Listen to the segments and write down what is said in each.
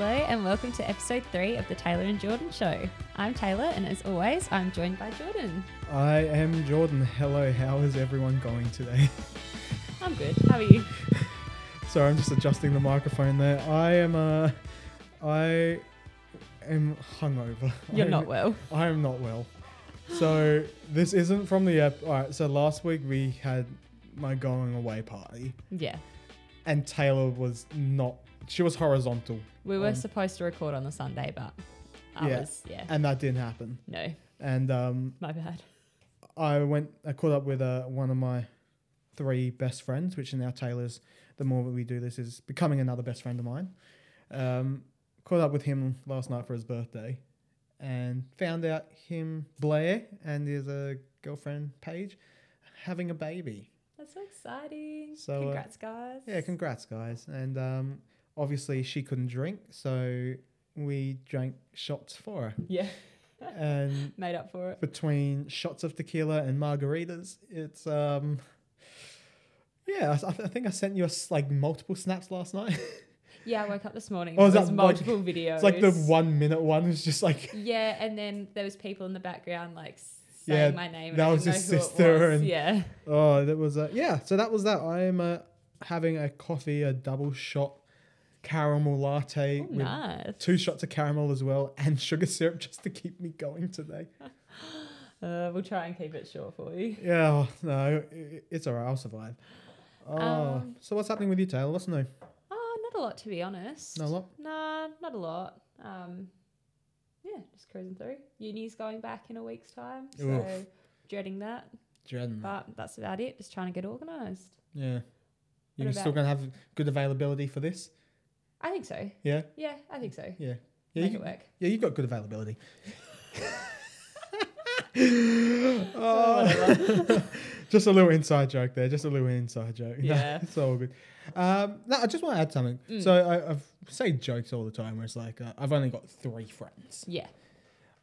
welcome to episode three of the Taylor and Jordan Show. I'm Taylor, and as always, I'm joined by Jordan. I am Jordan. Hello, how is everyone going today? I'm good. How are you? Sorry, I'm just adjusting the microphone there. I am uh I am hungover. You're I'm- not well. I am not well. So this isn't from the app. All right. So last week we had my going away party, Yeah. and Taylor was not. She was horizontal, We were Um, supposed to record on the Sunday, but I Yeah. Uh, was, yeah. and that didn't happen. No, And um, my bad. I went. I caught up with uh, one of my three best friends, which are now Taylor's. The more that we do this, is becoming another best friend of mine. Um, caught up with him last night for his birthday, and found out him Blair and his uh, girlfriend Paige having a baby. That's so exciting. So, uh, Congrats, guys. Yeah, congrats, guys. And um, obviously she couldn't drink, so we drank shots for her. yeah, And made up for it. between shots of tequila and margaritas. It's um, yeah, I, I th- I think I sent you a s like multiple snaps last night. Yeah, I woke up this morning. Oh, and is there was that like- multiple videos. it's like the one minute one is just like Yeah, and then there was people in the background like Yeah, saying my name. And that I was didn't his know who it sister was. and- yeah, oh, that was uh, yeah. So that was that. I'm uh, having a coffee, a double shot caramel latte Oh, with nice. two shots of caramel as well and sugar syrup just to keep me going today. Uh, we'll try and keep it short for you. Yeah, oh, no, i- i it's alright. I'll survive. Oh, Um, so what's happening with you, Taylor? What's new? Oh, not a lot to be honest. No lot. Nah, not a lot. Um, yeah, just cruising through. Uni's going back in a week's time, so Oof. Mm. dreading that. Dreading. But that's about it. Just trying to get organised. Yeah. What You're still about- going to have good availability for this? I think so. Yeah? Yeah, I think so. Yeah. Yeah, Make you, it work. yeah you've got good availability. Oh, oh, just a little inside joke there. Just a little inside joke. No, Yeah. it's all good. Um, no, I just want to add something. Mm. So I I've say jokes all the time where it's like, uh, I've only got three friends. Yeah,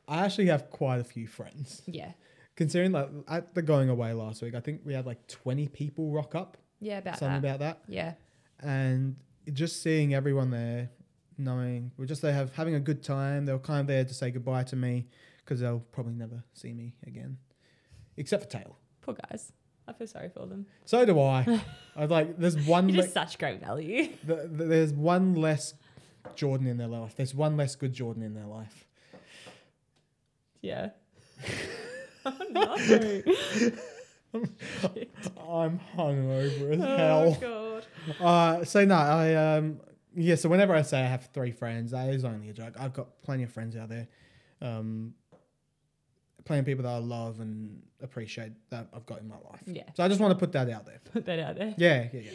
I actually have quite a few friends. yeah, Considering like at the going away last week, I think we had like 20 people rock up, yeah. About something that. about that. yeah, and just seeing everyone there, knowing we're just there have having a good time. They were kind of there to say goodbye to me because they'll probably never see me again, except for Tail. poor guys. I feel sorry for them. So do I. I like there's one You're le- just such great value. th- th- there's one less Jordan in their life. There's one less good Jordan in their life. Yeah. oh, no. I'm hungover as Oh, hell. God. Uh, so no, I um yeah. So whenever I say I have three friends, that is only a joke. I've got plenty of friends out there, um, plenty of people that I love and appreciate that I've got in my life. Yeah, So I just want to put that out there. put that out there. Yeah, yeah,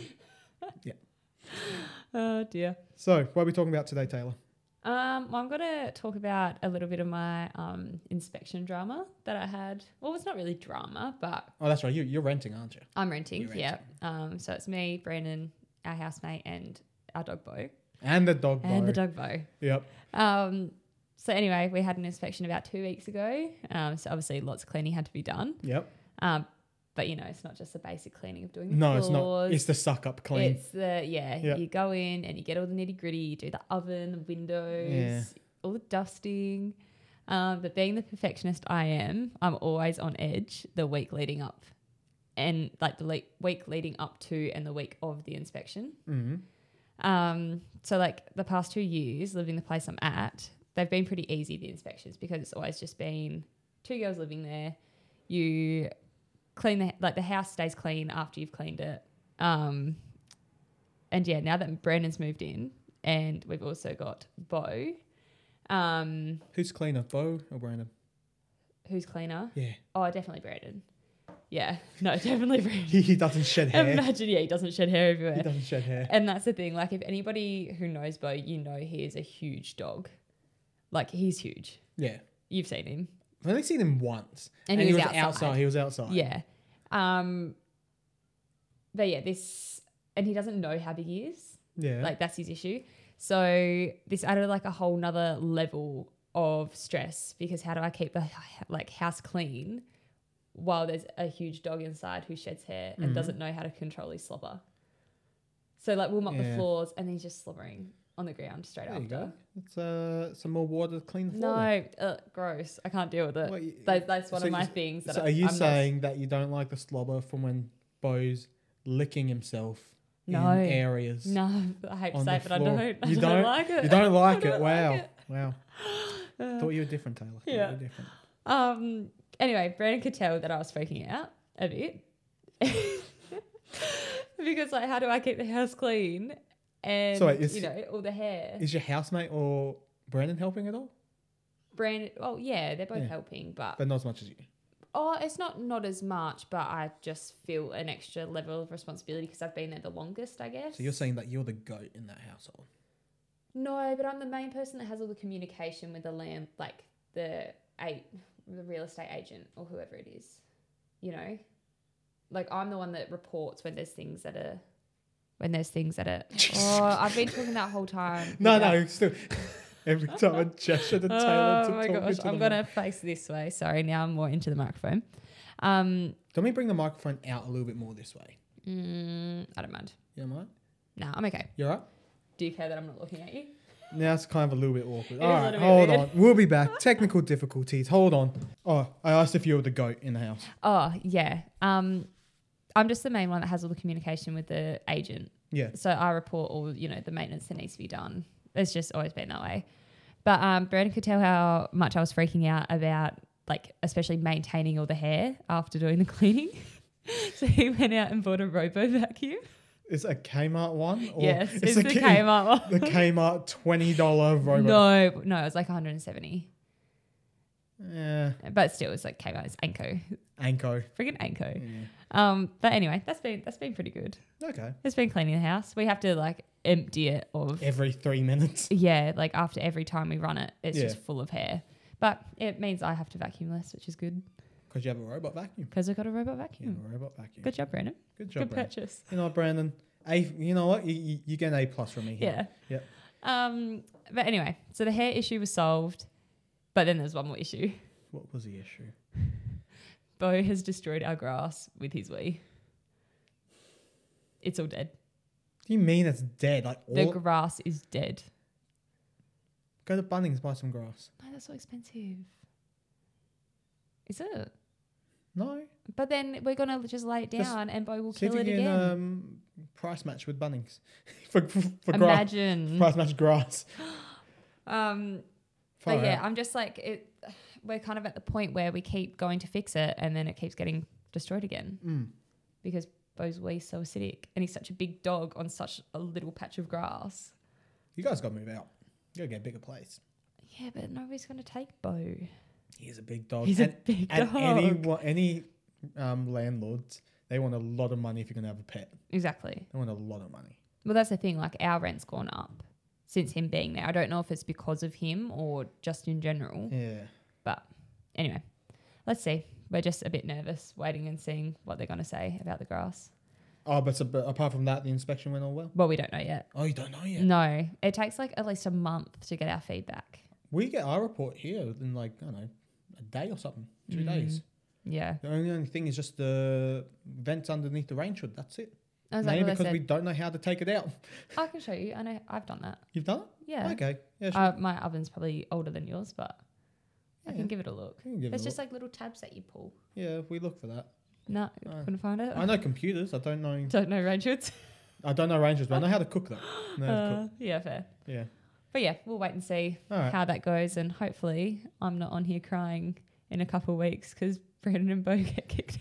yeah. Oh, dear. So what are we talking about today, Taylor? Um, well, I'm going to talk about a little bit of my um, inspection drama that I had. Well, it's not really drama, but Oh, that's right. You you're renting, aren't you? I'm renting. You're Yeah. Um, so it's me, Brandon, our housemate, and our dog Bo, And the dog. and the bow. dog Bo. Yep. Um, so anyway, we had an inspection about two weeks ago. Um, so obviously, lots of cleaning had to be done. Yep. Um, but you know, it's not just the basic cleaning of doing the No, it's not. floors. It's the suck up clean. It's the yeah. Yeah. You go in and you get all the nitty gritty. You do the oven, the windows, Yeah. all the dusting. Um, but being the perfectionist I am, I'm always on edge the week leading up, and like the le- week leading up to and the week of the inspection. hmm Um, so like the past two years living the place I'm at, they've been pretty easy the inspections because it's always just been two girls living there. You clean the like the house stays clean after you've cleaned it. Um, and yeah, now that Brandon's moved in and we've also got Bo, um, Who's cleaner, Bo or Brandon? who's cleaner? Yeah. Oh, definitely Brandon. Yeah, no, definitely Brandon. He, he doesn't shed hair. Imagine, yeah, he doesn't shed hair everywhere. he doesn't shed hair. And that's the thing. Like, if anybody who knows Bo, you know he is a huge dog. Like, he's huge. Yeah. You've seen him. I've only seen him once, And he was outside. He was outside. Yeah. Um, but yeah, this, and he doesn't know how big he is. Yeah. Like, that's his issue. So, this added like a whole nother level of stress because how do I keep the like house clean while there's a huge dog inside who sheds hair and Mhm. doesn't know how to control his slobber? So, like, we'll mop the Yeah. floors and he's just slobbering. on the ground straight There you after. go. It's uh, some more water to clean the floor. with. No, uh, gross. I can't deal with it. What, you- that, that's one so of you- my things. That So I, are you I'm not- saying that you don't like the slobber from when Bo's licking himself No. in areas? no? I hate to on say it, the but I floor? don't. I You don't, don't- like it. You don't I like it. don't wow. like Wow. Uh, Thought you were different, Taylor. Thought you Yeah. were different. Um. Anyway, Brandon could tell that I was freaking out a bit because like, how do I keep the house clean? And So wait, is- you know, all the hair. Is your housemate or Brandon helping at all? Brandon. Well, yeah, they're both Yeah. helping, but But not as much as you. oh, it's not not as much. But I just feel an extra level of responsibility because I've been there the longest, I guess. So you're saying that you're the goat in that household. No, but I'm the main person that has all the communication with the land, like the eight, the real estate agent or whoever it is. You know, like I'm the one that reports when there's things that are, when there's things that are. oh, I've been talking that whole time. No, Yeah. no, still. Every time I gesture to Taylor Oh to my talk gosh, into I'm the mic. gonna face this way. Sorry, now I'm more into the microphone. Um, Let me bring the microphone out a little bit more this way. mm, I don't mind. You alright? Nah, I'm okay. You alright? Do you care that I'm not looking at you? Now it's kind of a little bit awkward. It All is a right, little bit hold weird. on. We'll be back. Technical difficulties. Hold on. Oh, I asked if you were the goat in the house. Oh yeah. Um, I'm just the main one that has all the communication with the agent. Yeah. So I report all, you know, the maintenance that needs to be done. It's just always been that way. But um, Brandon could tell how much I was freaking out about, like, especially maintaining all the hair after doing the cleaning. so he went out and bought a robo vacuum. Is it a Kmart one? Or yes, it's, a the K- Kmart one. The Kmart twenty dollar robot. No, no, it was like 170. Yeah. But still, it's like Kmart. It's Anko, Anko. freaking Anko. Yeah. Um, but anyway, that's been that's been pretty good. Okay. It's been cleaning the house. We have to like empty it of Every three minutes. yeah, like after every time we run it, it's Yeah. just full of hair. But it means I have to vacuum less, which is good Because you have a robot vacuum. because I've got a robot You vacuum. have a robot vacuum. Hmm. Good job, Brandon. Good job, good Brandon. purchase. You know what, Brandon? A you know what? You, you, you get an A plus from me here. Yeah. Yep. Um, but anyway, so the hair issue was solved, but then there's one more issue. What was the issue? Bo has destroyed our grass with his wee. It's all dead. Do you mean it's dead? Like The all grass is dead. go to Bunnings, buy some grass. No, that's so expensive. Is it? No. But then we're gonna just lay it Just down, and Bo will See if kill you it can again. um price match with Bunnings. for for, for grass. Imagine. Price match grass. Um, Far but yeah, out. I'm just like it. We're kind of at the point where we keep going to fix it, and then it keeps getting destroyed again Mm. because Bo's way so acidic, and he's such a big dog on such a little patch of grass. You guys gotta move out. You gotta get a bigger place. Yeah, but nobody's going to take Bo. He's a big dog. He's Oh, And- a big And dog. any wa- any um, landlords, they want a lot of money if you're gonna have a pet. exactly. They want a lot of money. Well, that's the thing. Like our rent's gone up since him being there. I don't know if it's because of him or just in general. Yeah. Anyway, let's see. We're just a bit nervous, waiting and seeing what they're going to say about the grass. Oh, but, so, but apart from that, the inspection went all well. Well, we don't know yet. Oh, you don't know yet. No, it takes like at least a month to get our feedback. We get our report here in like I don't know a day or something, two Mm. days. Yeah. The only, only thing is just the vents underneath the rain hood. That's it. I was Mainly like, because I, we don't know how to take it out. I can show you. I know I've done that. You've done it. Yeah. Okay. Yeah. Sure. Uh, my oven's probably older than yours, but I Yeah. can give it a look. We can give it There's a just look. like little tabs that you pull. yeah. We look for that. No, Oh. couldn't find it. I know computers. I don't know. Don't know Richards. I don't know rangers, but I know how to cook them. No, Uh, yeah, fair. cook. Yeah. But yeah, we'll wait and see All right. how that goes, and hopefully I'm not on here crying in a couple of weeks because Brandon and Bo get kicked.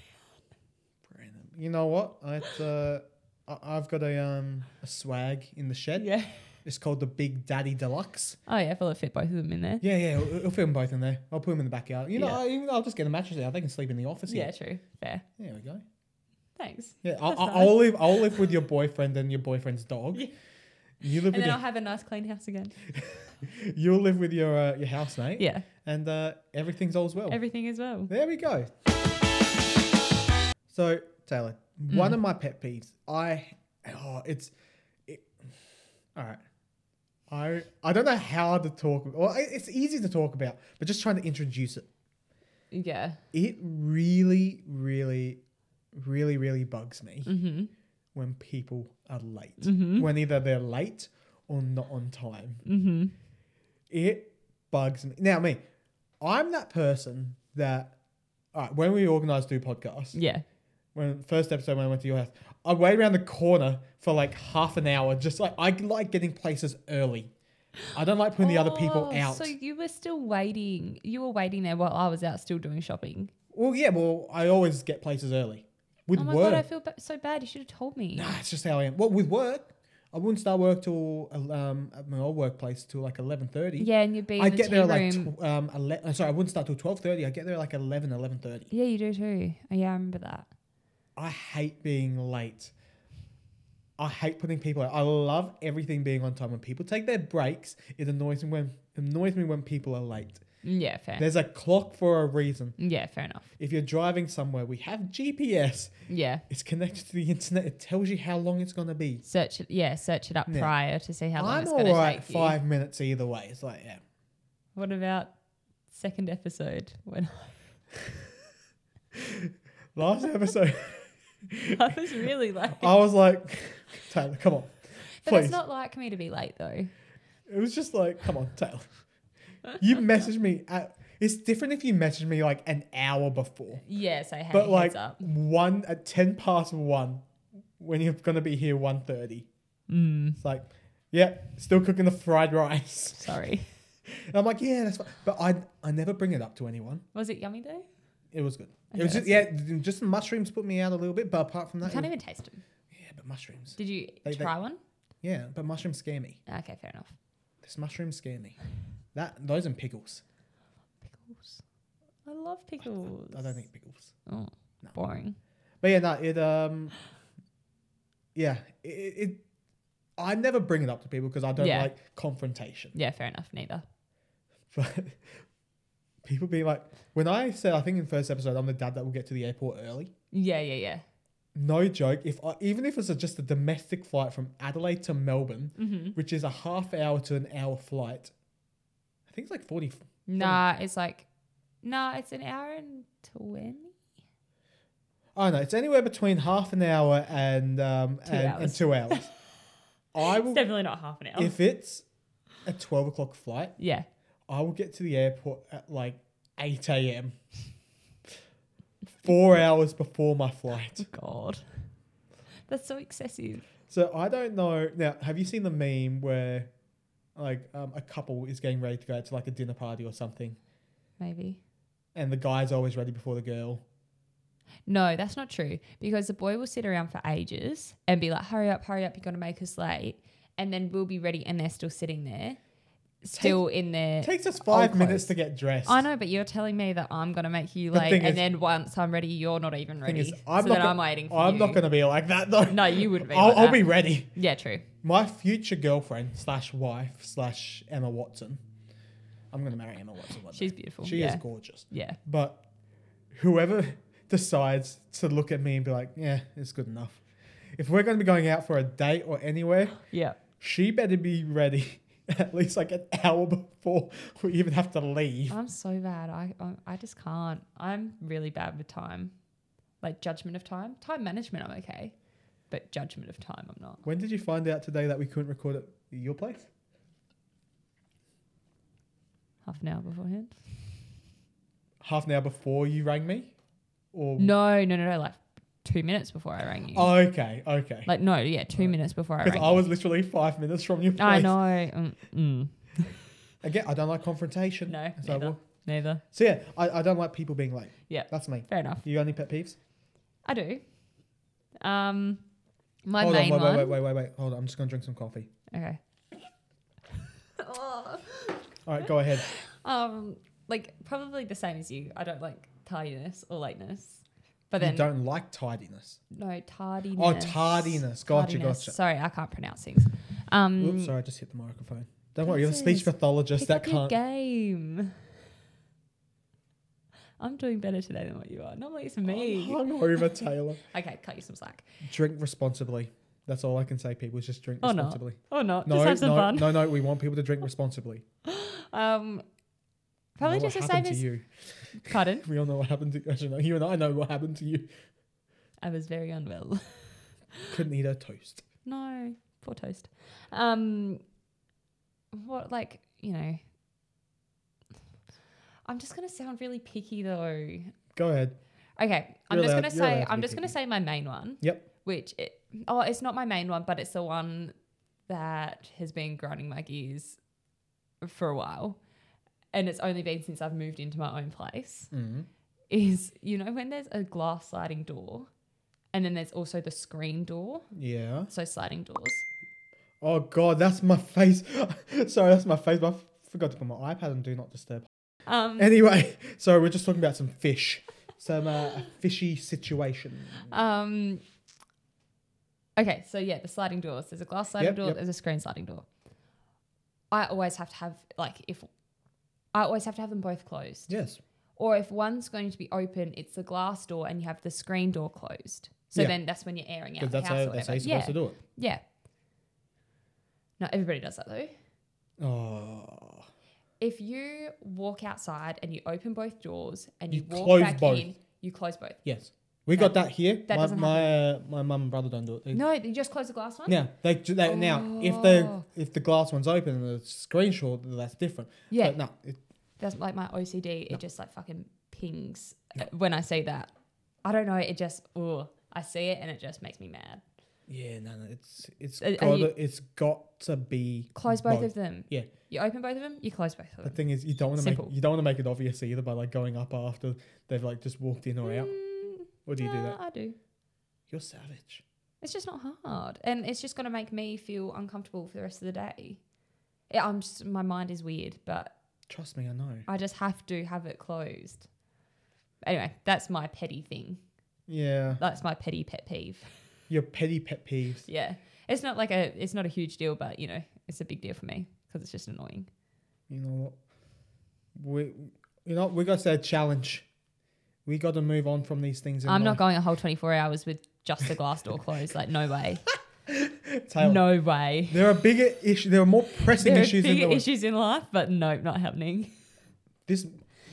Brandon. You know what? It's, uh, I- I've got a um a swag in the shed. Yeah. It's called the Big Daddy Deluxe. Oh yeah, well it fit both of them in there. Yeah, yeah. We'll, we'll fit them both in there. I'll put them in the backyard. You know, Yeah. I, even though I'll just get a mattress out. They can sleep in the office. Yeah, Yeah. true. Fair. There we go. Thanks. Yeah, I'll, That's I'll, nice. I'll live. I'll live with your boyfriend and your boyfriend's dog. Yeah. You live And with then your, I'll have a nice clean house again. you'll live with your uh, your housemate, Yeah. and uh, everything's all's well. Everything as well. There we go. So Taylor, one of my pet peeves, I oh it's, it, all right. I I don't know how to talk. Well, it- it's easy to talk about, but just trying to introduce it. Yeah. It really, really, really, really bugs me Mm-hmm. when people are late. Mhm. When either they're late or not on time. Mm-hmm. It bugs me. Now, me, I'm that person that, all right, when we organise do podcasts, Yeah. when first episode when I went to your house, I wait around the corner for like half an hour. Just like I like getting places early. I don't like putting the other people Oh, out. So you were still waiting. You were waiting there while I was out still doing shopping. well, yeah, well, I always get places early with oh my work. god, I feel ba- so bad. You should have told me. nah, it's just how I am. Well, with work, I wouldn't start work till um at my old workplace till like eleven thirty. Yeah, and you'd be in I the get tea there like room. tw- um ele- uh, sorry, I wouldn't start till twelve thirty. I get there like 11, 11.30. yeah, you do too. Oh, yeah, I remember that. I hate being late. I hate putting people out. I love everything being on time. When people take their breaks, it annoys me when annoys me when people are late. Mm, Yeah, fair. There's a clock for a reason. yeah, fair enough. If you're driving somewhere, we have GPS. Yeah, It's connected to the internet. It tells you how long it's gonna be. search it. Yeah, search it up Yeah. prior to see how long I'm it's going to alright take you. five minutes either way. It's like yeah. What about second episode when Last episode, I was really late? I was like, Taylor, come on, but it's Oh, please. not like me to be late though. It was just like, come on, Taylor. You messaged me at. It's different if you messaged me like an hour before, Yeah, so hey, but like heads up. one at ten past one, when you're gonna be here one thirty. Mm, It's like, yeah, still cooking the fried rice. sorry. And I'm like, yeah, that's fine. But I I never bring it up to anyone. Was it yummy though? It was good. Okay, it was that's just yeah, th- just the mushrooms put me out a little bit, but apart from I that, it can't was- even taste them. yeah, but mushrooms. Did you They- they- try one? Yeah, but mushrooms scare me. Okay, fair enough. This mushrooms scare me. That those and pickles. Pickles. I love pickles. I don't eat pickles. Oh, No. boring. But yeah, no, it um, yeah, it, it. I never bring it up to people because I don't Yeah. like confrontation. Yeah, fair enough. Neither. But people being like, when I said I think in first episode I'm the dad that will get to the airport early. Yeah, yeah, yeah. No joke. If I, even if it's a, just a domestic flight from Adelaide to Melbourne, Mm-hmm. which is a half hour to an hour flight, I think it's like forty. Nah, it's like, nah, it's an hour and twenty. I don't know. It's anywhere between half an hour and um Two and, and hours. two hours. I It's will definitely not half an hour. if it's a twelve o'clock flight. yeah, I will get to the airport at like 8 a.m. Four hours before my flight. God, that's so excessive. So I don't know. Now, have you seen the meme where like um, a couple is getting ready to go to like a dinner party or something Maybe. and the guy's always ready before the girl? No, that's not true because the boy will sit around for ages and be like, "Hurry up, hurry up! You're gonna make us late." And then we'll be ready, and they're still sitting there, still in their It takes us five clothes. minutes to get dressed. I know, but you're telling me that I'm gonna make you The late, thing and is- then once I'm ready, you're not even Thing ready. is, so not then go- I'm waiting for I'm you. not going to be like that though. No, you wouldn't be. I'll, like I'll that. be ready. Yeah, true. My future girlfriend slash wife slash Emma Watson. I'm going to marry Emma Watson. one day. She's beautiful. she yeah. is gorgeous. Yeah. But whoever decides to look at me and be like, yeah, it's good enough. If we're going to be going out for a date or anywhere, Yeah. she better be ready at least like an hour before we even have to leave. I'm so bad. I I- I just can't. I'm really bad with time, like judgment of time. Time management, I'm okay, but judgment of time, I'm not. When did you find out today that we couldn't record at your place? Half an hour beforehand. Half an hour before you rang me? Or No, no, no, no. Like two minutes before I rang you. Oh, okay, okay. Like no, yeah, two minutes before I Because rang. I was literally five minutes from your you. place. I know. Mm, mm. Again, I don't like confrontation. No, So, I neither. will- Neither. so yeah, I, I don't like people being late. Yeah. That's me. Fair enough. You got any pet peeves? I do. Um, my Hold on, main wait, one. wait, wait, wait, wait, wait. Hold on. I'm just gonna drink some coffee. Okay. All right, go ahead. Oh, Um, like probably the same as you. I don't like tardiness or lateness, but you then don't like tidiness. no tardiness. Oh, tardiness. Gotcha, Tardiness. gotcha. Sorry, I can't pronounce things. Um, Oops, sorry, I just hit the microphone. Don't worry, you're a This speech is- pathologist. pick That up your can't. game. I'm doing better today than what you are. Normally it's I'm me. hungover, Taylor. Okay, cut you some slack. Drink responsibly. That's all I can say, people. Is just drink Or not. responsibly. Or not. Oh, No, just have some no, fun. no, no. We want people to drink responsibly. Um, probably We know just the what same happened to as. you. Pardon? We all know what happened to actually, no, you. and I know what happened to you. I was very unwell. Couldn't eat a toast. No, poor toast. Um, what like you know. I'm just gonna sound really picky though. Go ahead. Okay, I'm You're just allowed- gonna you're allowed say to I'm be just gonna picky. say my main one. Yep. Which it, oh, it's not my main one, but it's the one that has been grinding my gears for a while, and it's only been since I've moved into my own place. Mm. Is you know when there's a glass sliding door, and then there's also the screen door, Yeah. so sliding doors. Oh god, that's my face. Sorry, that's my face. but I f- forgot to put my iPad on Do Not Disturb. Um, Anyway, sorry, we're just talking about some fish. Some uh, fishy situation. Um. Okay, so yeah, the sliding doors. There's a glass sliding Yep, door. yep. There's a screen sliding door. I always have to have like if I always have to have them both closed, Yes. or if one's going to be open, it's the glass door and you have the screen door closed. So Yeah. then that's when you're airing out Because the that's house how, or whatever. that's how you're supposed yeah, to do it. yeah. Not everybody does that though. Oh. If you walk outside and you open both doors and you, You walk close back both. in, you close both. Yes. We That- got that here. that my doesn't my, uh, my mum and brother don't do it. They, No, you just close the glass one. Yeah, they, do- they now if the Oh. if the glass one's open and the screen short, that's different. Yeah. But no, it, that's like my OCD. It just like fucking pings Uh, when I see that. I don't know. It just oh, I see it and it just makes me mad. yeah, no, no, it's it's Are- are got you- it's got to be Close both, of them. Yeah. You open both of them. You close both of The them. thing is, you don't want to make Simple. you don't want to make it obvious either by like going up after they've like just walked in or out. Mm, Or do you do nah, that? I do. You're savage. It's just not hard, and it's just gonna make me feel uncomfortable for the rest of the day. Yeah, I'm just my mind is weird, but Trust me, I know. I just have to have it closed. Anyway, that's my petty thing. Yeah, That's my petty pet peeve. your petty pet peeves. Yeah, it's not like a it's not a huge deal, but you know, it's a big deal for me because it's just annoying. You know what? We you know we got to challenge. We got to move on from these things. In I'm not life. going a whole 24 hours with just the glass door closed. Like, no way, Taylor, no way. There are bigger issues. There are more pressing There are issues in bigger the world. issues in life, but nope, not happening. This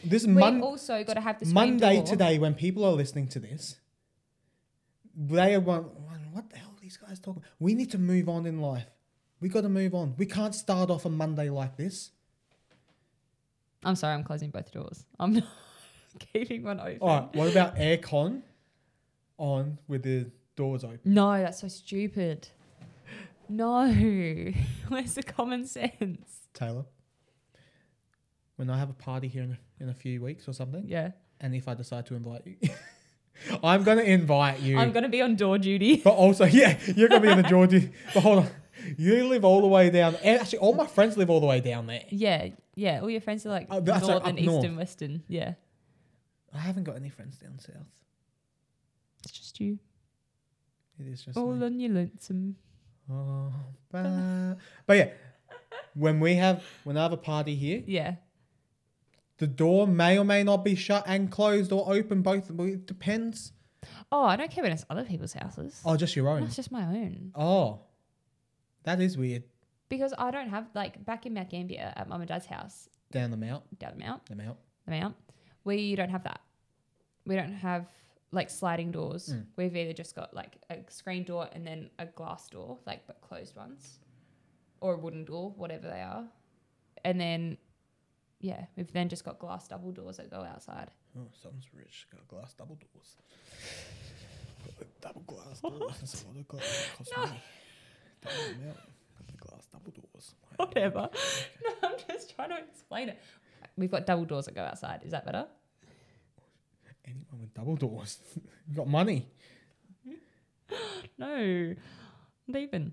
this We Monday. also got to have the screen Monday oh, door. today, when people are listening to this, they are won- wondering what the hell are these guys talking. about? We need to move on in life. We got to move on. We can't start off a Monday like this. I'm sorry, I'm closing both doors. I'm not keeping one open. All right. What about aircon on with the doors open? No, that's so stupid. No, where's the common sense? Taylor, when I have a party here in a, in a few weeks or something, Yeah, and if I decide to invite you, I'm gonna invite you. I'm gonna be on door duty. But also, yeah, you're gonna be in the Geordie. But hold on, you live all the way down. and Actually, all my friends live all the way down there. Yeah, yeah. All your friends are like Oh, that's, like, northern, up north. eastern, western. Yeah, I haven't got any friends down south. it's just you, It is just. all me. on your lonesome. Oh, bah. but yeah, when we have when I have a party here, Yeah, the door may or may not be shut and closed or open. Both well, it depends. Oh, I don't care when it's other people's houses. Oh, just your own. That's just my own. Oh, that is weird. Because I don't have like back in Mount Gambier at mum and dad's house Down the mount, down the mount, the mount. the mount, we don't have that. We don't have like sliding doors. Mm. We've either just got like a screen door and then a glass door, like but closed ones, or a wooden door, whatever they are. And then, yeah, we've then just got glass double doors that go outside. Oh, something's rich. Got glass double doors. Got the double glass doors. That's a lot of glass. It costs No. money. Double amount. Got the glass double doors. Whatever. No, I'm just trying to explain it. We've got double doors that go outside. Is that better? Anyone with double doors, you got money. No, not even.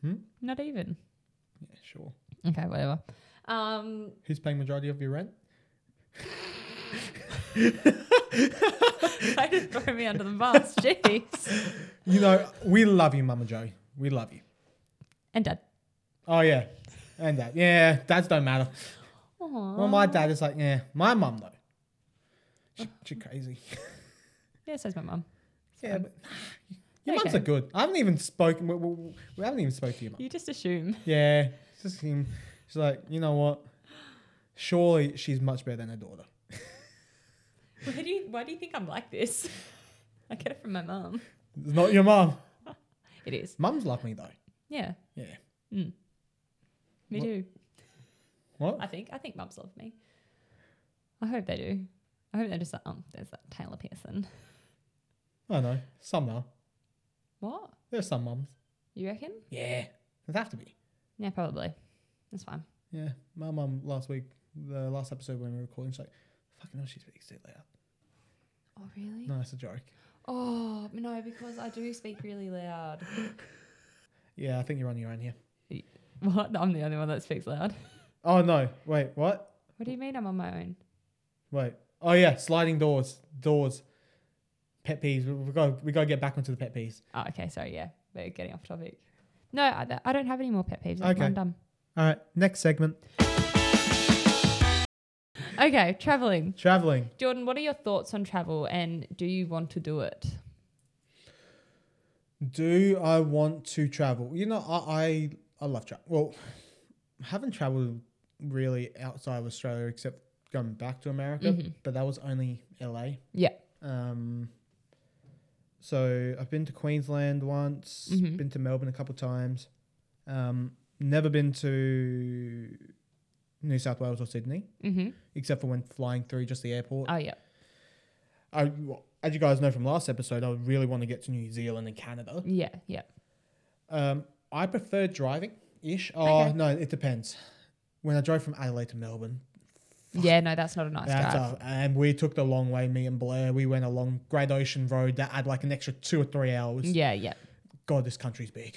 Hmm? Not even. Yeah, sure. Okay, whatever. Um, Who's paying majority of your rent? they just throw me under the bus. Jeez. You know, we love you, Mama Joe. We love you. And dad. Oh yeah, and dad. Yeah, dads don't matter. Aww. Well, my dad is like, yeah. My mum though, she, she crazy. Yeah, so's my mum. Yeah, but your mums Okay. are good. I haven't even spoken. We, we, we haven't even spoken to your mum. You just assume. Yeah, it's just him. She's like, you know what? Surely she's much better than her daughter. Why do you, why do you think I'm like this? I get it from my mum. It's not your mum. It is. Mums love me though. Yeah, Mm. Yeah. me What- too. What? I think. I think mums love me. I hope they do. I hope they're just like, um, there's that Taylor Pearson. I don't know. Some are. What? There's some mums. You reckon? Yeah. There'd have to be. Yeah, probably. That's fine. Yeah. My mum last week, the last episode when we were recording, she's like, fucking hell, she speaks too loud. Oh, really? No, it's a joke. Oh, no, because I do speak really loud. Yeah, I think you're on your own here. What? I'm the only one that speaks loud. Oh, no. Wait, what? What do you mean I'm on my own? Wait. Oh, yeah. Sliding doors. Doors. Pet peeves. we- We've got, we got to get back onto the pet peeves. Oh, okay. Sorry. Yeah. We're getting off topic. No, I, th- I don't have any more pet peeves. Okay. I'm done. All right. Next segment Okay. Traveling. traveling. Jordan, what are your thoughts on travel and do you want to do it? Do I want to travel? You know, I I, I love travel. Well, I haven't traveled really outside of Australia except going back to America, Mhm. but that was only LA. Yeah. Um. So I've been to Queensland once. Mhm. Been to Melbourne a couple times. Um. Never been to New South Wales or Sydney Mm-hmm. except for when flying through just the airport. Oh, yeah. I, as you guys know from last episode, I really want to get to New Zealand and Canada. Yeah. Yeah. Um, I prefer driving ish. Oh Okay. no, it depends. When I drove from Adelaide to Melbourne, Yeah. No, that's not a nice that's drive. a, and we took the long way. Me and Blair, we went along Great Ocean Road. That had like an extra two or three hours. Yeah. Yeah. God, this country's big.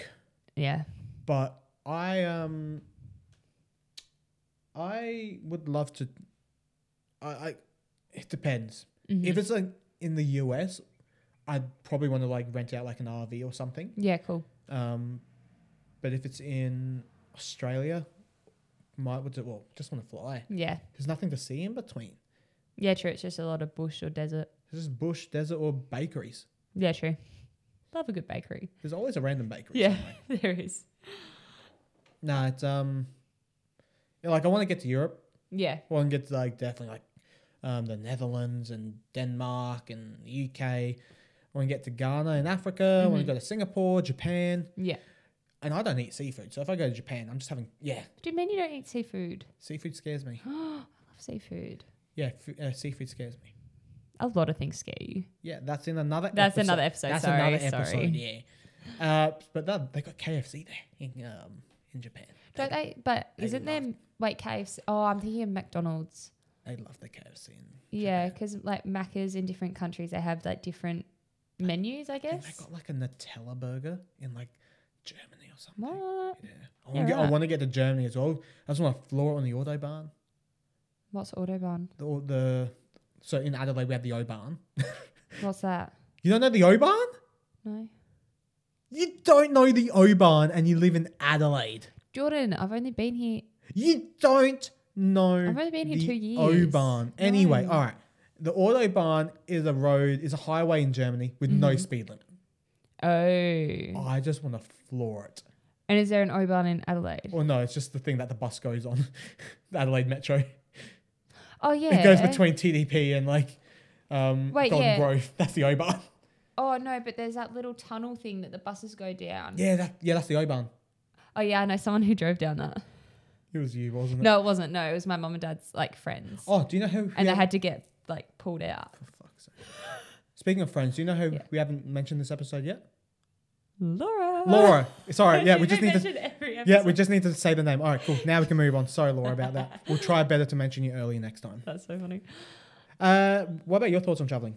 Yeah. But I um, I would love to. I, I it depends. Mhm. If it's like in the US, I'd probably want to like rent out like an RV or something. Yeah. Cool. Um, but if it's in Australia, might would well just want to fly. Yeah. There's nothing to see in between. Yeah. True. It's just a lot of bush or desert. There's just bush, desert, or bakeries. Yeah. True. Love a good bakery. There's always a random bakery. Yeah. there is. Nah, it's um, yeah, like I want to get to Europe. Yeah. I want to get to like definitely like um the Netherlands and Denmark and the UK. I want to get to Ghana and Africa. I want Mhm. to go to Singapore, Japan. Yeah. And I don't eat seafood, so if I go to Japan, I'm just having yeah. Do you mean you don't eat seafood? Seafood scares me. I love seafood. Yeah, f- uh, seafood scares me. A lot of things scare you. Yeah, that's in another. That's another episode. That's sorry, another episode. sorry. Yeah. Uh, but that, they got KFC there in um in Japan. Don't they? But they isn't there wait caves? Oh, I'm thinking of McDonald's. They love the KFC. In Yeah, Japan. because like Macca's in different countries, they have like different menus. I I think guess. they got like a Nutella burger in like Germany or something. What? Yeah. I want, to Yeah, get, I right. want to get to Germany as well. I just want to floor it on the autobahn. What's autobahn? The, au- the so in Adelaide we have the O-Bahn. What's that? You don't know the O-Bahn? No, You don't know the O-Bahn, and you live in Adelaide. Jordan. I've only been here. You don't know. I've only been here the two years. Autobahn. Anyway, No. all right. The autobahn is a road, is a highway in Germany with Mm-hmm. no speed limit. Oh, and I just want to floor it. is there an autobahn in Adelaide? Well, no, it's just the thing that the bus goes on, the Adelaide Metro. Oh yeah. It goes between TDP and like um, Wait, Golden yeah. Grove. That's the O-Bahn. Oh no, but there's that little tunnel thing that the buses go down. Yeah, that, yeah, that's the O-Bahn. Oh yeah, I know someone who drove down that. It was you, wasn't it? No, it wasn't. No, it was my mum and dad's like friends, Oh, do you know who? we and they haven't- had to get like pulled out. For fuck's sake. Speaking of friends, do you know who Yeah. we haven't mentioned this episode yet? Laura. Laura. Sorry, yeah, we You just don't need to mention every Yeah, we episode. just need to say the name. All right, cool. Now we can move on. Sorry, Laura, about that. We'll try better to mention you earlier next time. That's so funny. Uh, what about your thoughts on traveling?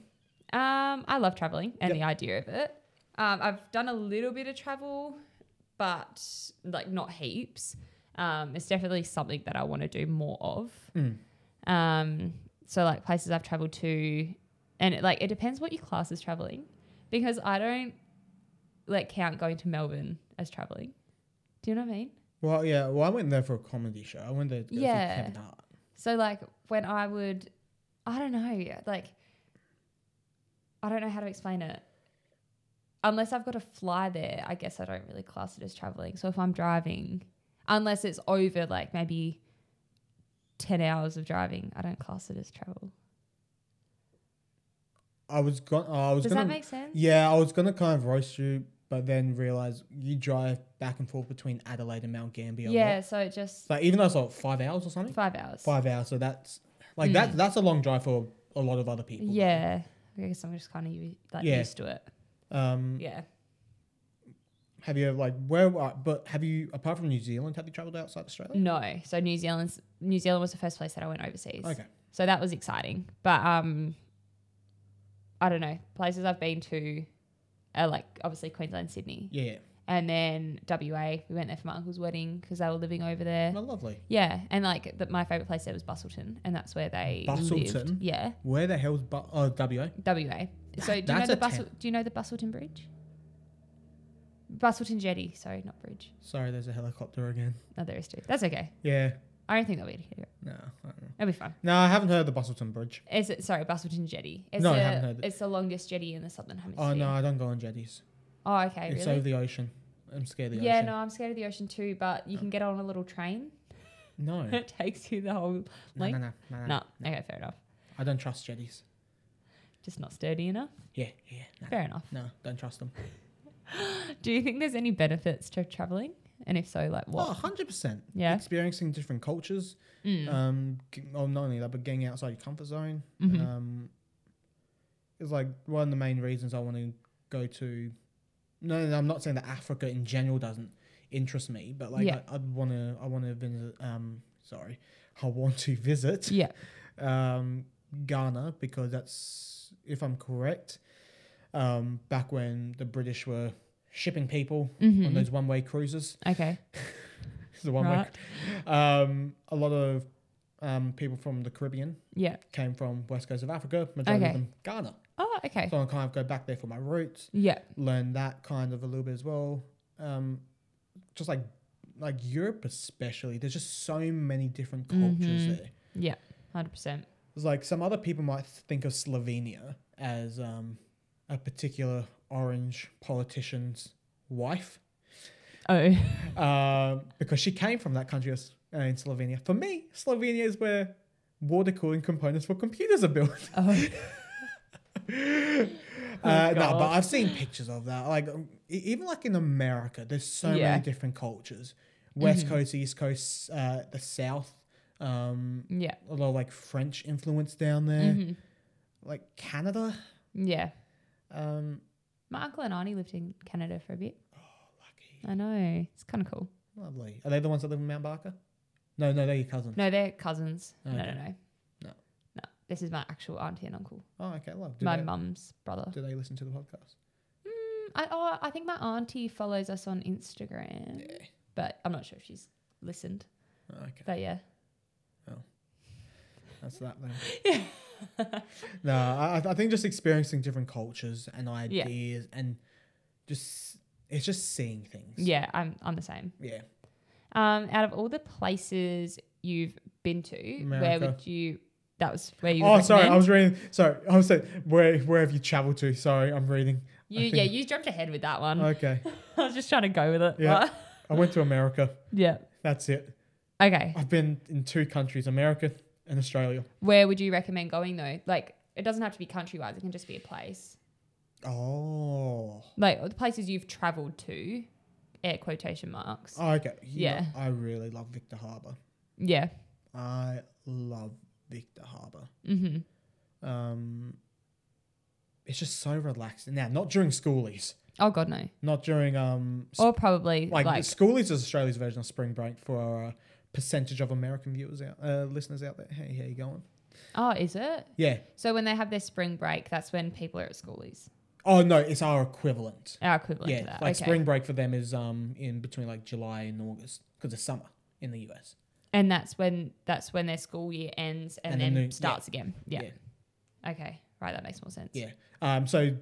Um, I love traveling and Yep. the idea of it. Um, I've done a little bit of travel, but like not heaps. Um, it's definitely something that I want to do more of. Mm. Um, so like places I've traveled to, and it, like it depends what your class is traveling, because I don't like count going to Melbourne as traveling. Do you know what I mean? Well, yeah. Well, I went there for a comedy show. I went there. To go Yeah. See Kevin Hart. So like when I would, I don't know, like I don't know how to explain it. Unless I've got to fly there, I guess I don't really class it as traveling. So if I'm driving, unless it's over like maybe ten hours of driving, I don't class it as travel. I was going. I was Does gonna. that make sense? yeah, I was gonna kind of roast you but then realized you drive back and forth between Adelaide and Mount Gambier. a lot. yeah, so it just Like even though it's like five Hmm. hours or something. five hours. Five hours. So that's like that. That's a long drive for a lot of other people. Yeah, I guess I'm just kind of like Yeah. used to it. Um. Yeah, Have you like where? uh, But have you apart from New Zealand, have you traveled outside Australia? no. So New Zealand's New Zealand was the first place that I went overseas. Okay. So that was exciting. But um I don't know, places I've been to are like obviously Queensland, Sydney. Yeah. And then WA, we went there for my uncle's wedding because they were living over there. Oh, lovely. Yeah, and like the, my favorite place there was Bustleton, and that's where they Bustleton? lived. Yeah, Where the hell's but oh WA? WA. So do you know That's a the Bustle, do you know the Bustleton Bridge? Bustleton Jetty, sorry, not bridge. Sorry, there's a helicopter again. No, there is two. That's okay. Yeah. I don't think that'll be here. No. I don't know. It'll be fine. No, I haven't heard of the Bustleton Bridge. Is it sorry, Bustleton Jetty? It's No, a, I haven't heard it. It's the longest jetty in the southern hemisphere. Oh no, I don't go on jetties. Oh, okay, it's really? over the ocean. I'm scared of the yeah, ocean. Oh. no, I'm scared of the ocean too, but you can get on a little train. No. No. it takes you the whole. No, Like- no, no, no, No, okay, fair enough. I don't trust jetties. Just not sturdy enough. Yeah, yeah. No, Fair enough. no don't trust them. Do you think there's any benefits to traveling? And if so, like Well, what? 100%. yeah. Oh, Experiencing different cultures. Mm. Um, g- well, not only that, but getting outside your comfort zone. Mhm. Um, it's like one of the main reasons I want to go to. No, no, I'm not saying that Africa in general doesn't interest me, but like Yeah. I, I'd want to, I want to visit. Um, sorry, I want to visit. yeah. um, Ghana because that's, if I'm correct, um, back when the British were shipping people on Mhm. those one-way cruises. Mm-hmm. Okay. The one-way, Right. um, a lot of um, people from the Caribbean Yeah. came from west coast of Africa, majority Okay. of them Ghana. Oh, okay. So I kind of go back there for my roots, Yeah. learn that kind of a little bit as well. Um, just like like Europe especially, there's just so many different cultures Mhm. there. Yeah. Hundred percent. It's like some other people might think of Slovenia as um, a particular orange politician's wife Oh. uh, because she came from that country as- uh, in Slovenia. For me, Slovenia is where water cooling components for computers are built. oh. Uh, no, God. but I've seen pictures of that. Like um, e- even like in America, there's so Yeah. Mm-hmm. many different cultures: West Coast, East Coast, uh, the South. Um, Yeah. a lot of like French influence down there, Mhm. like Canada. Yeah. Um, My uncle and auntie lived in Canada for a bit. lucky. I know. It's kind of cool. Lovely. Are they the ones that live in Mount Barker? No, no, they're your cousins. No, they're cousins. No, no, Okay. no. No. No. This is my actual auntie and uncle. Oh, okay, love. Do, my they, mum's brother. do they listen to the podcast? Mm, I oh, I think my auntie follows us on Instagram, but I'm not sure if she's listened. Oh, okay, But yeah, that's that then. no, I, I think just experiencing different cultures and ideas and just it's just seeing things. yeah, I'm I'm the same. Yeah. Um, out of all the places you've been to, where America. would you? That was where you. oh, would sorry, I recommend? was reading. Sorry, I was saying where where have you traveled to? Sorry, I'm reading. You yeah, you jumped ahead with that one. Okay, I was just trying to go with it. Yeah. but- I went to America. yeah. That's it. Okay. I've been in two countries, America and Australia. Where would you recommend going though? Like, it doesn't have to be country wise. It can just be a place. Oh. Like the places you've travelled to, air quotation marks. Oh, okay. You know, Yeah. I really love Victor Harbour. Yeah. I love Victor Harbour. Mm-hmm. Um, it's just so relaxing. Now, not during schoolies, Oh God, no. not during um, sp- Or probably like, Oh, like, schoolies is Australia's version of spring break for our uh, percentage of American viewers out, uh, listeners out there. Hey, how you going? oh, is it? Yeah. So when they have their spring break, that's when people are at schoolies. Oh no, it's our equivalent. Our equivalent to yeah, that. like okay. spring break for them is um in between like July and August because it's summer in the US. And that's when that's when their school year ends and, And then then the- starts again. Yeah. Okay. Right. That makes more sense. Yeah. Um. So,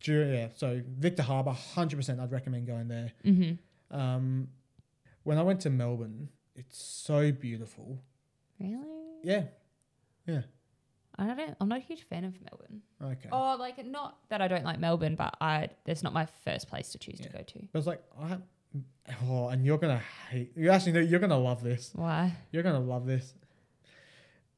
dur- yeah. So Victor Harbour, hundred percent. I'd recommend going there. Mm-hmm. Um, when I went to Melbourne, it's so beautiful. Really? Yeah. I don't. I'm not a huge fan of Melbourne. Okay. Oh, like not that I don't like Melbourne, but I that's not my first place to choose to Yeah. go to. But it's like I. Oh, and you're gonna hate. You actually know you're gonna love this. Why? You're gonna love this.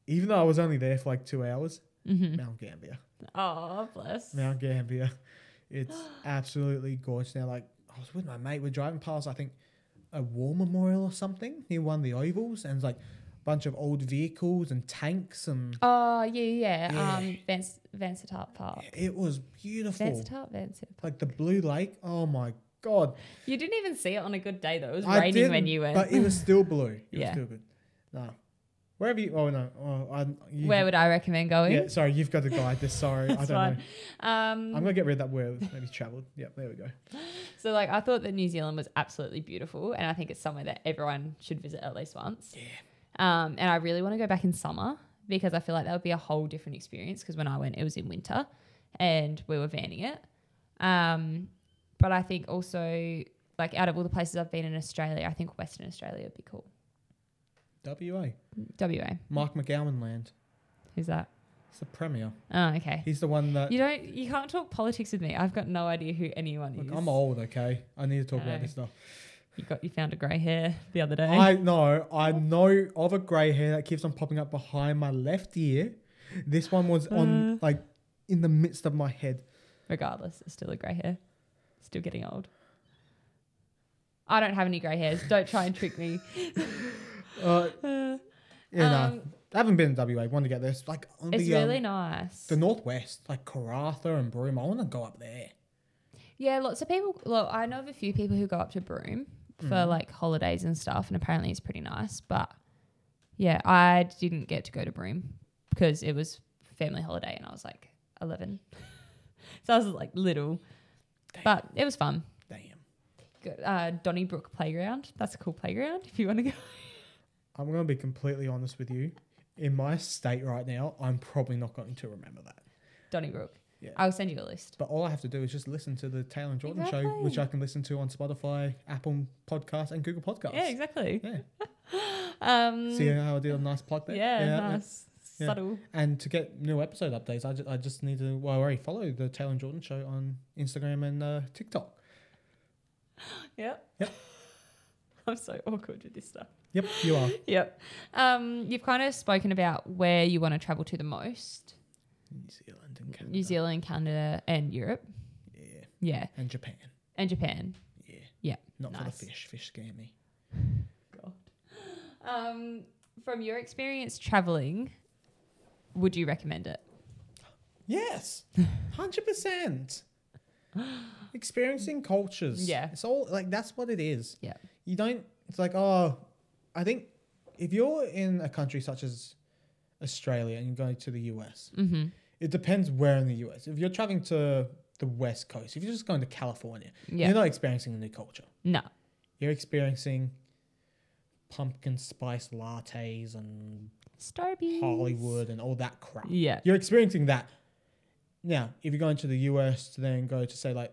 Even though I was only there for like two hours, Mm-hmm. Mount Gambier. Oh, bless. Mount Gambier It's absolutely gorgeous. Now, like I was with my mate, we're driving past, I think, a war memorial or something near one of the ovals, and it's like a bunch of old vehicles and tanks, and Oh yeah, yeah. Yeah. Um, Vance Vansittart Park. it was beautiful. Vansittart, Vansittart. Park. Like the blue lake. Oh my god! You didn't even see it on a good day though. It was I raining didn't, when you went. but it was still blue. It Yeah. was still good. No, wherever you. Oh no. Oh, I, you, Where would I recommend going? Yeah, sorry, you've got to guide this. Sorry, I don't That's know. fine. I'm Um, gonna get rid of that word. Maybe travelled. Yep, there we go. so like I thought that New Zealand was absolutely beautiful, and I think it's somewhere that everyone should visit at least once. Yeah. Um, and I really want to go back in summer because I feel like that would be a whole different experience. Because when I went, it was in winter, and we were vanning it. Um, but I think also like out of all the places I've been in Australia, I think Western Australia would be cool. WA. WA, Mark McGowan land. who's that? It's the premier. Oh, okay. He's the one that. You don't. You can't talk politics with me. I've got no idea who anyone Look, is. I'm old, okay. I need to talk No. about this stuff. You got. You found a grey hair the other day. I know, I know of a grey hair that keeps on popping up behind my left ear. This one was on Uh. like in the midst of my head. Regardless, it's still a grey hair. Still getting old. I don't have any grey hairs. Don't try and trick me. Uh, Uh, yeah, no. um, I haven't been to WA. Want to get there? It's like on it's the um, really nice. the northwest, like Karatha and Broome. I want to go up there. yeah, lots of people. Look, I know of a few people who go up to Broome for Mhm. like holidays and stuff, and apparently it's pretty nice. But yeah, I didn't get to go to Broome because it was family holiday, and I was like eleven, so I was like little. Damn. But it was fun. Damn. Good. Uh, Donnybrook Playground. That's a cool playground if you want to go. I'm going to be completely honest with you. In my state right now, I'm probably not going to remember that. Donnybrook. Yeah. I'll send you a list. But all I have to do is just listen to the Taylor and Jordan show, Exactly. which I can listen to on Spotify, Apple Podcasts, and Google Podcasts. Yeah, exactly. Yeah. Um, See how I did a nice plug there? yeah, yeah. nice. yeah. Subtle. And to get new episode updates, I, ju- I just need to, well, I already follow the Taylor and Jordan show on Instagram and uh, TikTok. Yep. Yep. I'm so awkward with this stuff. Yep, you are. Yep. Um, you've kind of spoken about where you want to travel to the most New Zealand and Canada. New Zealand, Canada, and Europe. Yeah. Yeah. And Japan. And Japan. Yeah. Yeah, Not for the nice. fish. Fish scare me. Um, from your experience traveling, would you recommend it? Yes, hundred percent. Experiencing cultures. Yeah. it's all like that's what it is. Yeah. you don't. It's like oh, I think if you're in a country such as Australia and you're going to the US, Mm-hmm. it depends where in the US. If you're traveling to the West Coast, if you're just going to California, Yeah. you're not experiencing a new culture. no. You're experiencing pumpkin spice lattes and Starby. Hollywood and all that crap. Yeah. You're experiencing that. Now, if you're going to the US to then go to say like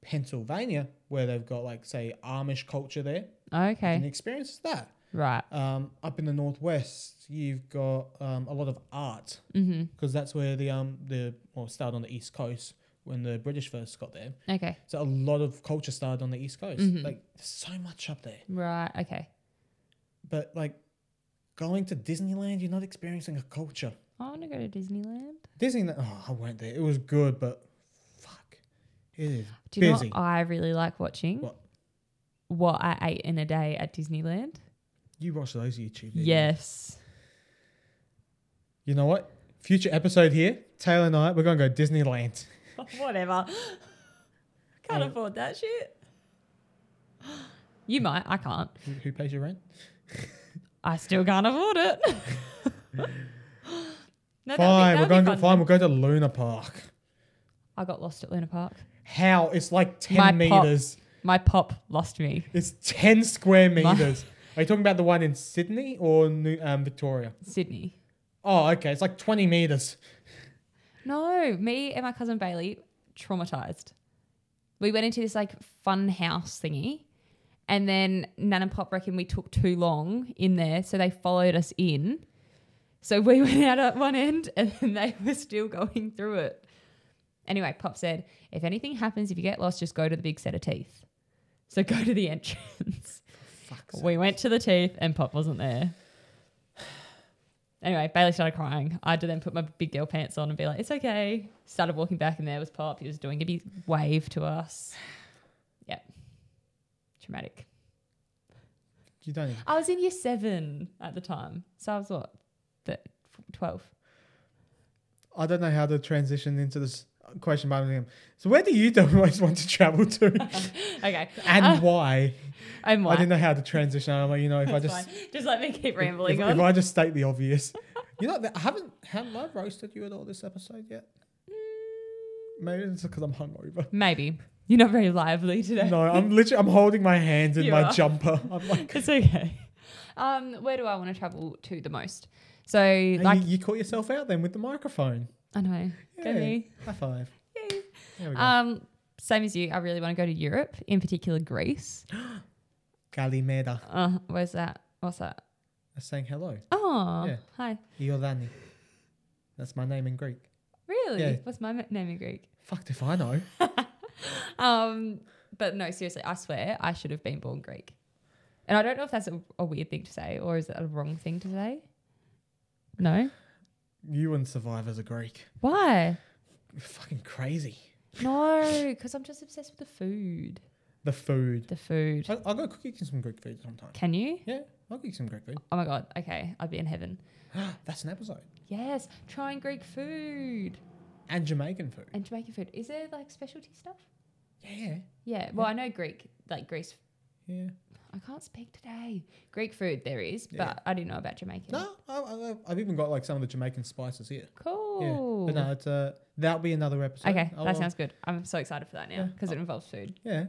Pennsylvania, where they've got like say Amish culture there, you can Okay. experience that. Right. Um, up in the northwest, you've got um, a lot of art Mm-hmm. because that's where the um the well it started on the east coast when the British first got there. Okay. So a lot of culture started on the east coast. Mhm. Like there's so much up there, Right. Okay. but like going to Disneyland, you're not experiencing a culture. I want to go to Disneyland. Disneyland. Oh, I went there. It was good, but fuck, it is Do you Busy. know what I really like watching? What? What I ate in a day at Disneyland. You watch those YouTube videos. Yes. You know what? Future episode here, Taylor and I, we're gonna go Disneyland. Whatever. Can't Hey. afford that shit. You might. I can't. Who- Who pays your rent? I still can't afford it. no, that'd be- fine, that'd we're be going to fun fine. though. We'll go to Luna Park. I got lost at Luna Park. How? It's like ten My pop. meters. My pop lost me. It's ten square My- meters. Are you talking about the one in Sydney or New, um, Victoria? Sydney. Oh, okay. It's like twenty meters. No, me and my cousin Bailey traumatized. We went into this like fun house thingy, and then Nan and Pop reckon we took too long in there, so they followed us in. So we went out at one end, and then they were still going through it. Anyway, Pop said, "If anything happens, if you get lost, just go to the big set of teeth. So go to the entrance." Fuck. we went to the teeth, and Pop wasn't there. Anyway, Bailey started crying. I had to then put my big girl pants on and be like, it's okay. Started walking back, and there was Pop. He was doing a big wave to us. Yep. Traumatic. You don't. I was in year seven at the time. So I was what? Th- 12. I don't know how to transition into this question by museum. So where do you always want to travel to, Okay. and Uh, why? I'm I white. didn't know how to transition. I'm like, you know, if I That's just fine. Just let me keep if, rambling if on. I just state the obvious. You know, I haven't have I roasted you at all this episode yet? Mm. Maybe it's because I'm hungover. Maybe. You're not very lively today. No, I'm literally I'm holding my hands in You my are. jumper. I'm like, It's okay. Um, where do I want to travel to the most? So, And like, you, you caught yourself out then with the microphone. I know. Go Yeah. me. High five. Yay. There we go. Um, same as you, I really want to go to Europe, in particular Greece. Galimeda. Uh, where's that? What's that? That's saying hello. Oh, Yeah. hi. Iolani. That's my name in Greek. Really? Yeah. What's my ma- name in Greek? Fucked if I know. Um, but no, seriously, I swear I should have been born Greek. And I don't know if that's a, a weird thing to say or is it a wrong thing to say? No. You wouldn't survive as a Greek. Why? You're fucking crazy. No, because I'm just obsessed with the food. The food. The food. I, I'll go cook you some Greek food sometime. Can you? Yeah, I'll cook you some Greek food. Oh my god. Okay, I'd be in heaven. That's an episode. Yes, trying Greek food And Jamaican food. and Jamaican food. Is there like specialty stuff? Yeah. Yeah. Well, I know Greek, like Greece. Yeah. I can't speak today. Greek food there is, Yeah. but I didn't know about Jamaican. No, I, I, I've even got like some of the Jamaican spices here. Cool. Yeah. But no, it's, uh, that'll be another episode. okay, I'll- uh, that sounds good. I'm so excited for that now Yeah. because it involves food. Yeah.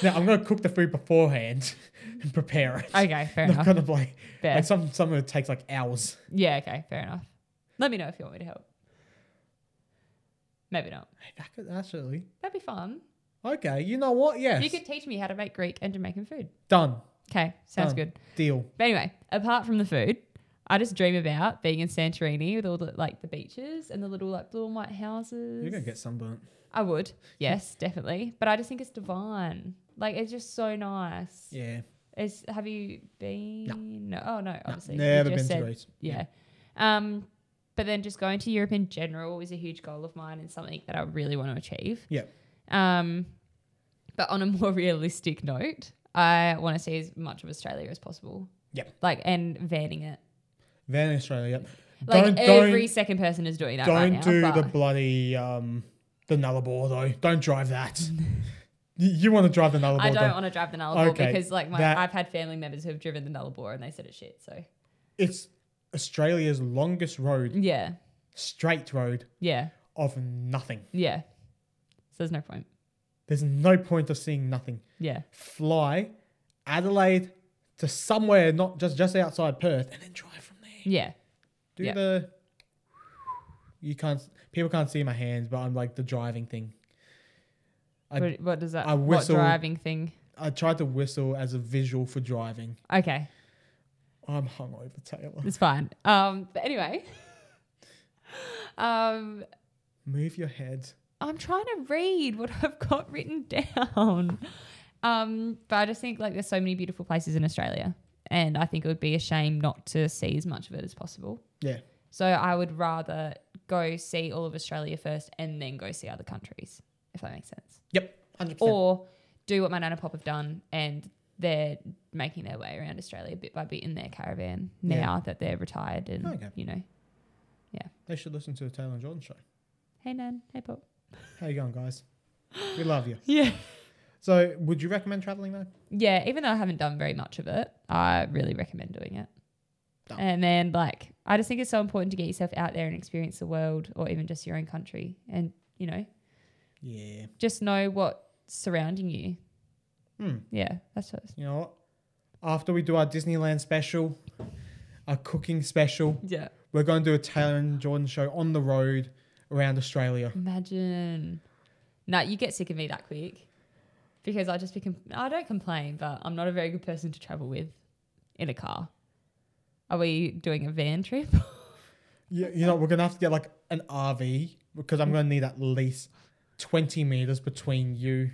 Now I'm gonna cook the food beforehand and prepare it. Okay, fair I'm not enough. gonna like, Fair. like some some of it takes like hours. yeah, okay, fair enough. Let me know if you want me to help. Maybe not. Hey, that could actually. That'd be fun. Okay, you know what? Yes. You could teach me how to make Greek and Jamaican food. Done. Okay, sounds Done. good. Deal. But anyway, apart from the food, I just dream about being in Santorini with all the like the beaches and the little like blue and white houses. You're gonna get sunburnt. I would, yes, definitely. But I just think it's divine. Like it's just so nice. Yeah. It's, have you been? No. Oh no, No, obviously. you never just been to said- Greece. Yeah. Um, but then just going to Europe in general is a huge goal of mine and something that I really want to achieve. Yeah. Um, but on a more realistic note, I want to see as much of Australia as possible. Yep. Like and vanning it. Van Australia. Yep. Like don't every second person is doing that don't don't right now. do but the bloody um the Nullarbor though. Don't drive that. you, want to drive the Nullarbor? I don't though. want to drive the Nullarbor Oh, Okay, because like my, that- I've had family members who have driven the Nullarbor and they said it's shit. So It's Australia's longest road, yeah, straight road yeah, of nothing. yeah. So there's no point. There's no point of seeing nothing. Yeah, fly Adelaide to somewhere not just just outside Perth and then drive from there. yeah. Do Yeah. the you can't people can't see my hands, but I'm like the driving thing. I- what, what does that? I what whistled- driving thing? I tried to whistle as a visual for driving. Okay, I'm hungover, Taylor. it's fine. Um, but anyway, um, Move your head. I'm trying to read what I've got written down. Um, but I just think like there's so many beautiful places in Australia, and I think it would be a shame not to see as much of it as possible. Yeah. So I would rather go see all of Australia first and then go see other countries, if that makes sense. Yep. 100%. Or do what my nan and pop have done and they're making their way around Australia bit by bit in their caravan now Yeah. that they're retired and Okay. you know. they should listen to the Taylor and Jordan show. Hey nan, hey pop. How you going, guys? We love you. Yeah. So, would you recommend traveling though? Yeah, even though I haven't done very much of it, I really recommend doing it. Done. And then like I just think it's so important to get yourself out there and experience the world or even just your own country and you know, Yeah. just know what's surrounding you. Hmm. Yeah, that's what You know what? After we do our Disneyland special, our cooking special, Yeah. We're going to do a Taylor and Jordan show on the road around Australia. Imagine. No, you get sick of me that quick because I just become. I don't complain, but I'm not a very good person to travel with in a car. Are we doing a van trip? You, you know, we're going to have to get like an RV because I'm going to need at least 20 meters between you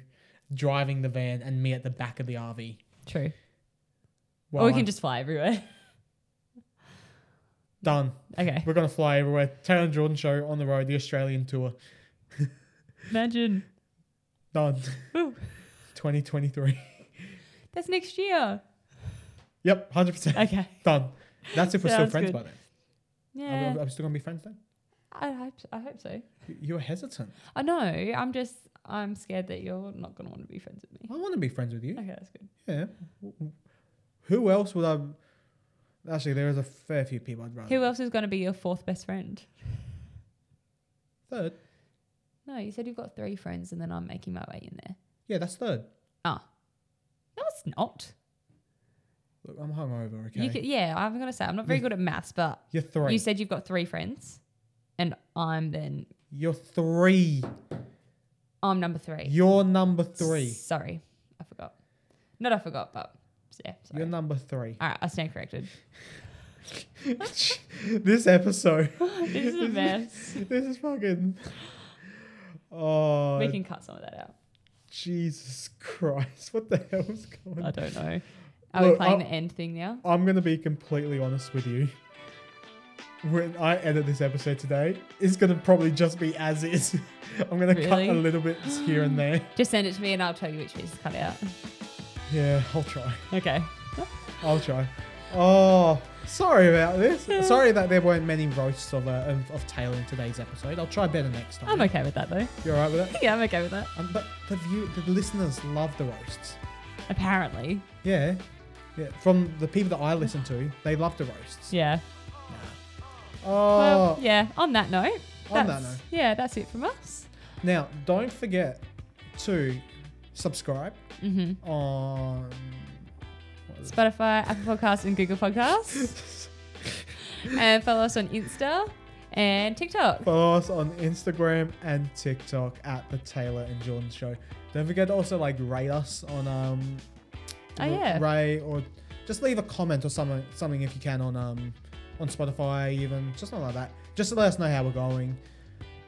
driving the van and me at the back of the RV. True. Well, or we can just fly everywhere. Done. Okay. We're gonna fly everywhere. Taylor and Jordan show on the road, the Australian tour. Imagine. Done. Woo. 2023. That's next year. Yep, 100%. Okay. Done. That's if we're still Sounds friends good. by then. Are, Yeah. we, are we still gonna be friends then? I hope I hope so. You- You were hesitant. I know. I'm just I'm scared that you're not gonna want to be friends with me. I want to be friends with you. Okay, that's good. Yeah. Who else would I? Actually, there is a fair few people I'd rather. Who else is gonna be your fourth best friend? Third. No, you said you've got three friends and then I'm making my way in there. Yeah, that's third. No, it's not. Look, I'm hungover. Okay. You could, yeah, I'm gonna say I'm not very You- good at maths, but You're three. you said you've got three friends, and I'm then You're three. I'm number three. You're number three. Sorry, I forgot. Not I forgot, but yeah. Sorry. You're number three. All right, I stand corrected. this episode. this is a mess. This is fucking. Oh, we can cut some of that out. Jesus Christ. What the hell's going I on? don't know. Are we Look, playing I'll- the end thing now? I'm going to be completely honest with you. When I edit this episode today, it's going to probably just be as is. I'm going to cut Really? a little bit here and there. Just send it to me and I'll tell you which bits to cut out. Yeah, I'll try. Okay. I'll try. Oh, sorry about this. Sorry that there weren't many roasts of, uh, of, of Taylor in today's episode. I'll try better next time. I'm okay with that though. You alright with that? Yeah, I'm okay with that. Um, but the view, the listeners love the roasts. Apparently. Yeah. Yeah. From the people that I listen to, they love the roasts. Yeah. Oh. Well, yeah, on that note. On that that's- note. Yeah, that's it from us. Now, don't forget to subscribe Mm-hmm. on. what is it? Spotify, Apple Podcasts, and Google Podcasts. and follow us on Insta and TikTok. Follow us on Instagram and TikTok at the Taylor and Jordan Show. Don't forget to also like rate us on um. Oh, yeah. Ray or just leave a comment or something something if you can on um on Spotify even just something like that. Just to let us know how we're going.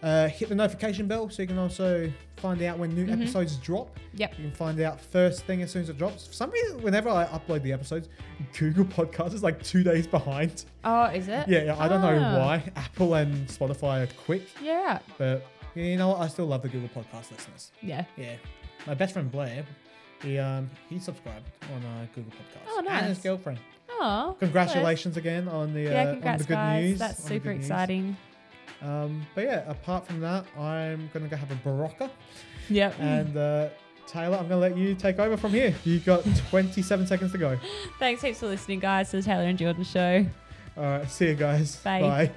Uh, hit the notification bell so you can also find out when new Mhm. episodes drop. Yep. You can find out first thing as soon as it drops. For some reason, whenever I upload the episodes, Google Podcasts is like two days behind. Oh, is it? Yeah, yeah I don't Ah. know why. Apple and Spotify are quick, Yeah. right. but you know what? I still love the Google Podcast listeners. Yeah. Yeah, my best friend Blair, he um he subscribed on uh, Google Podcasts. Oh, And his nice. girlfriend. Oh. Congratulations again on the Yeah, uh, on congrats, the good guys. news. That's on the good super news. exciting. Um, but yeah, apart from that, I'm gonna go have a barocca. Yep. And uh, Taylor, I'm going to let you take over from here. You got 27 seconds to go. Thanks heaps for listening, guys, to the Taylor and Jordan Show. All right, see you guys. Bye. Bye.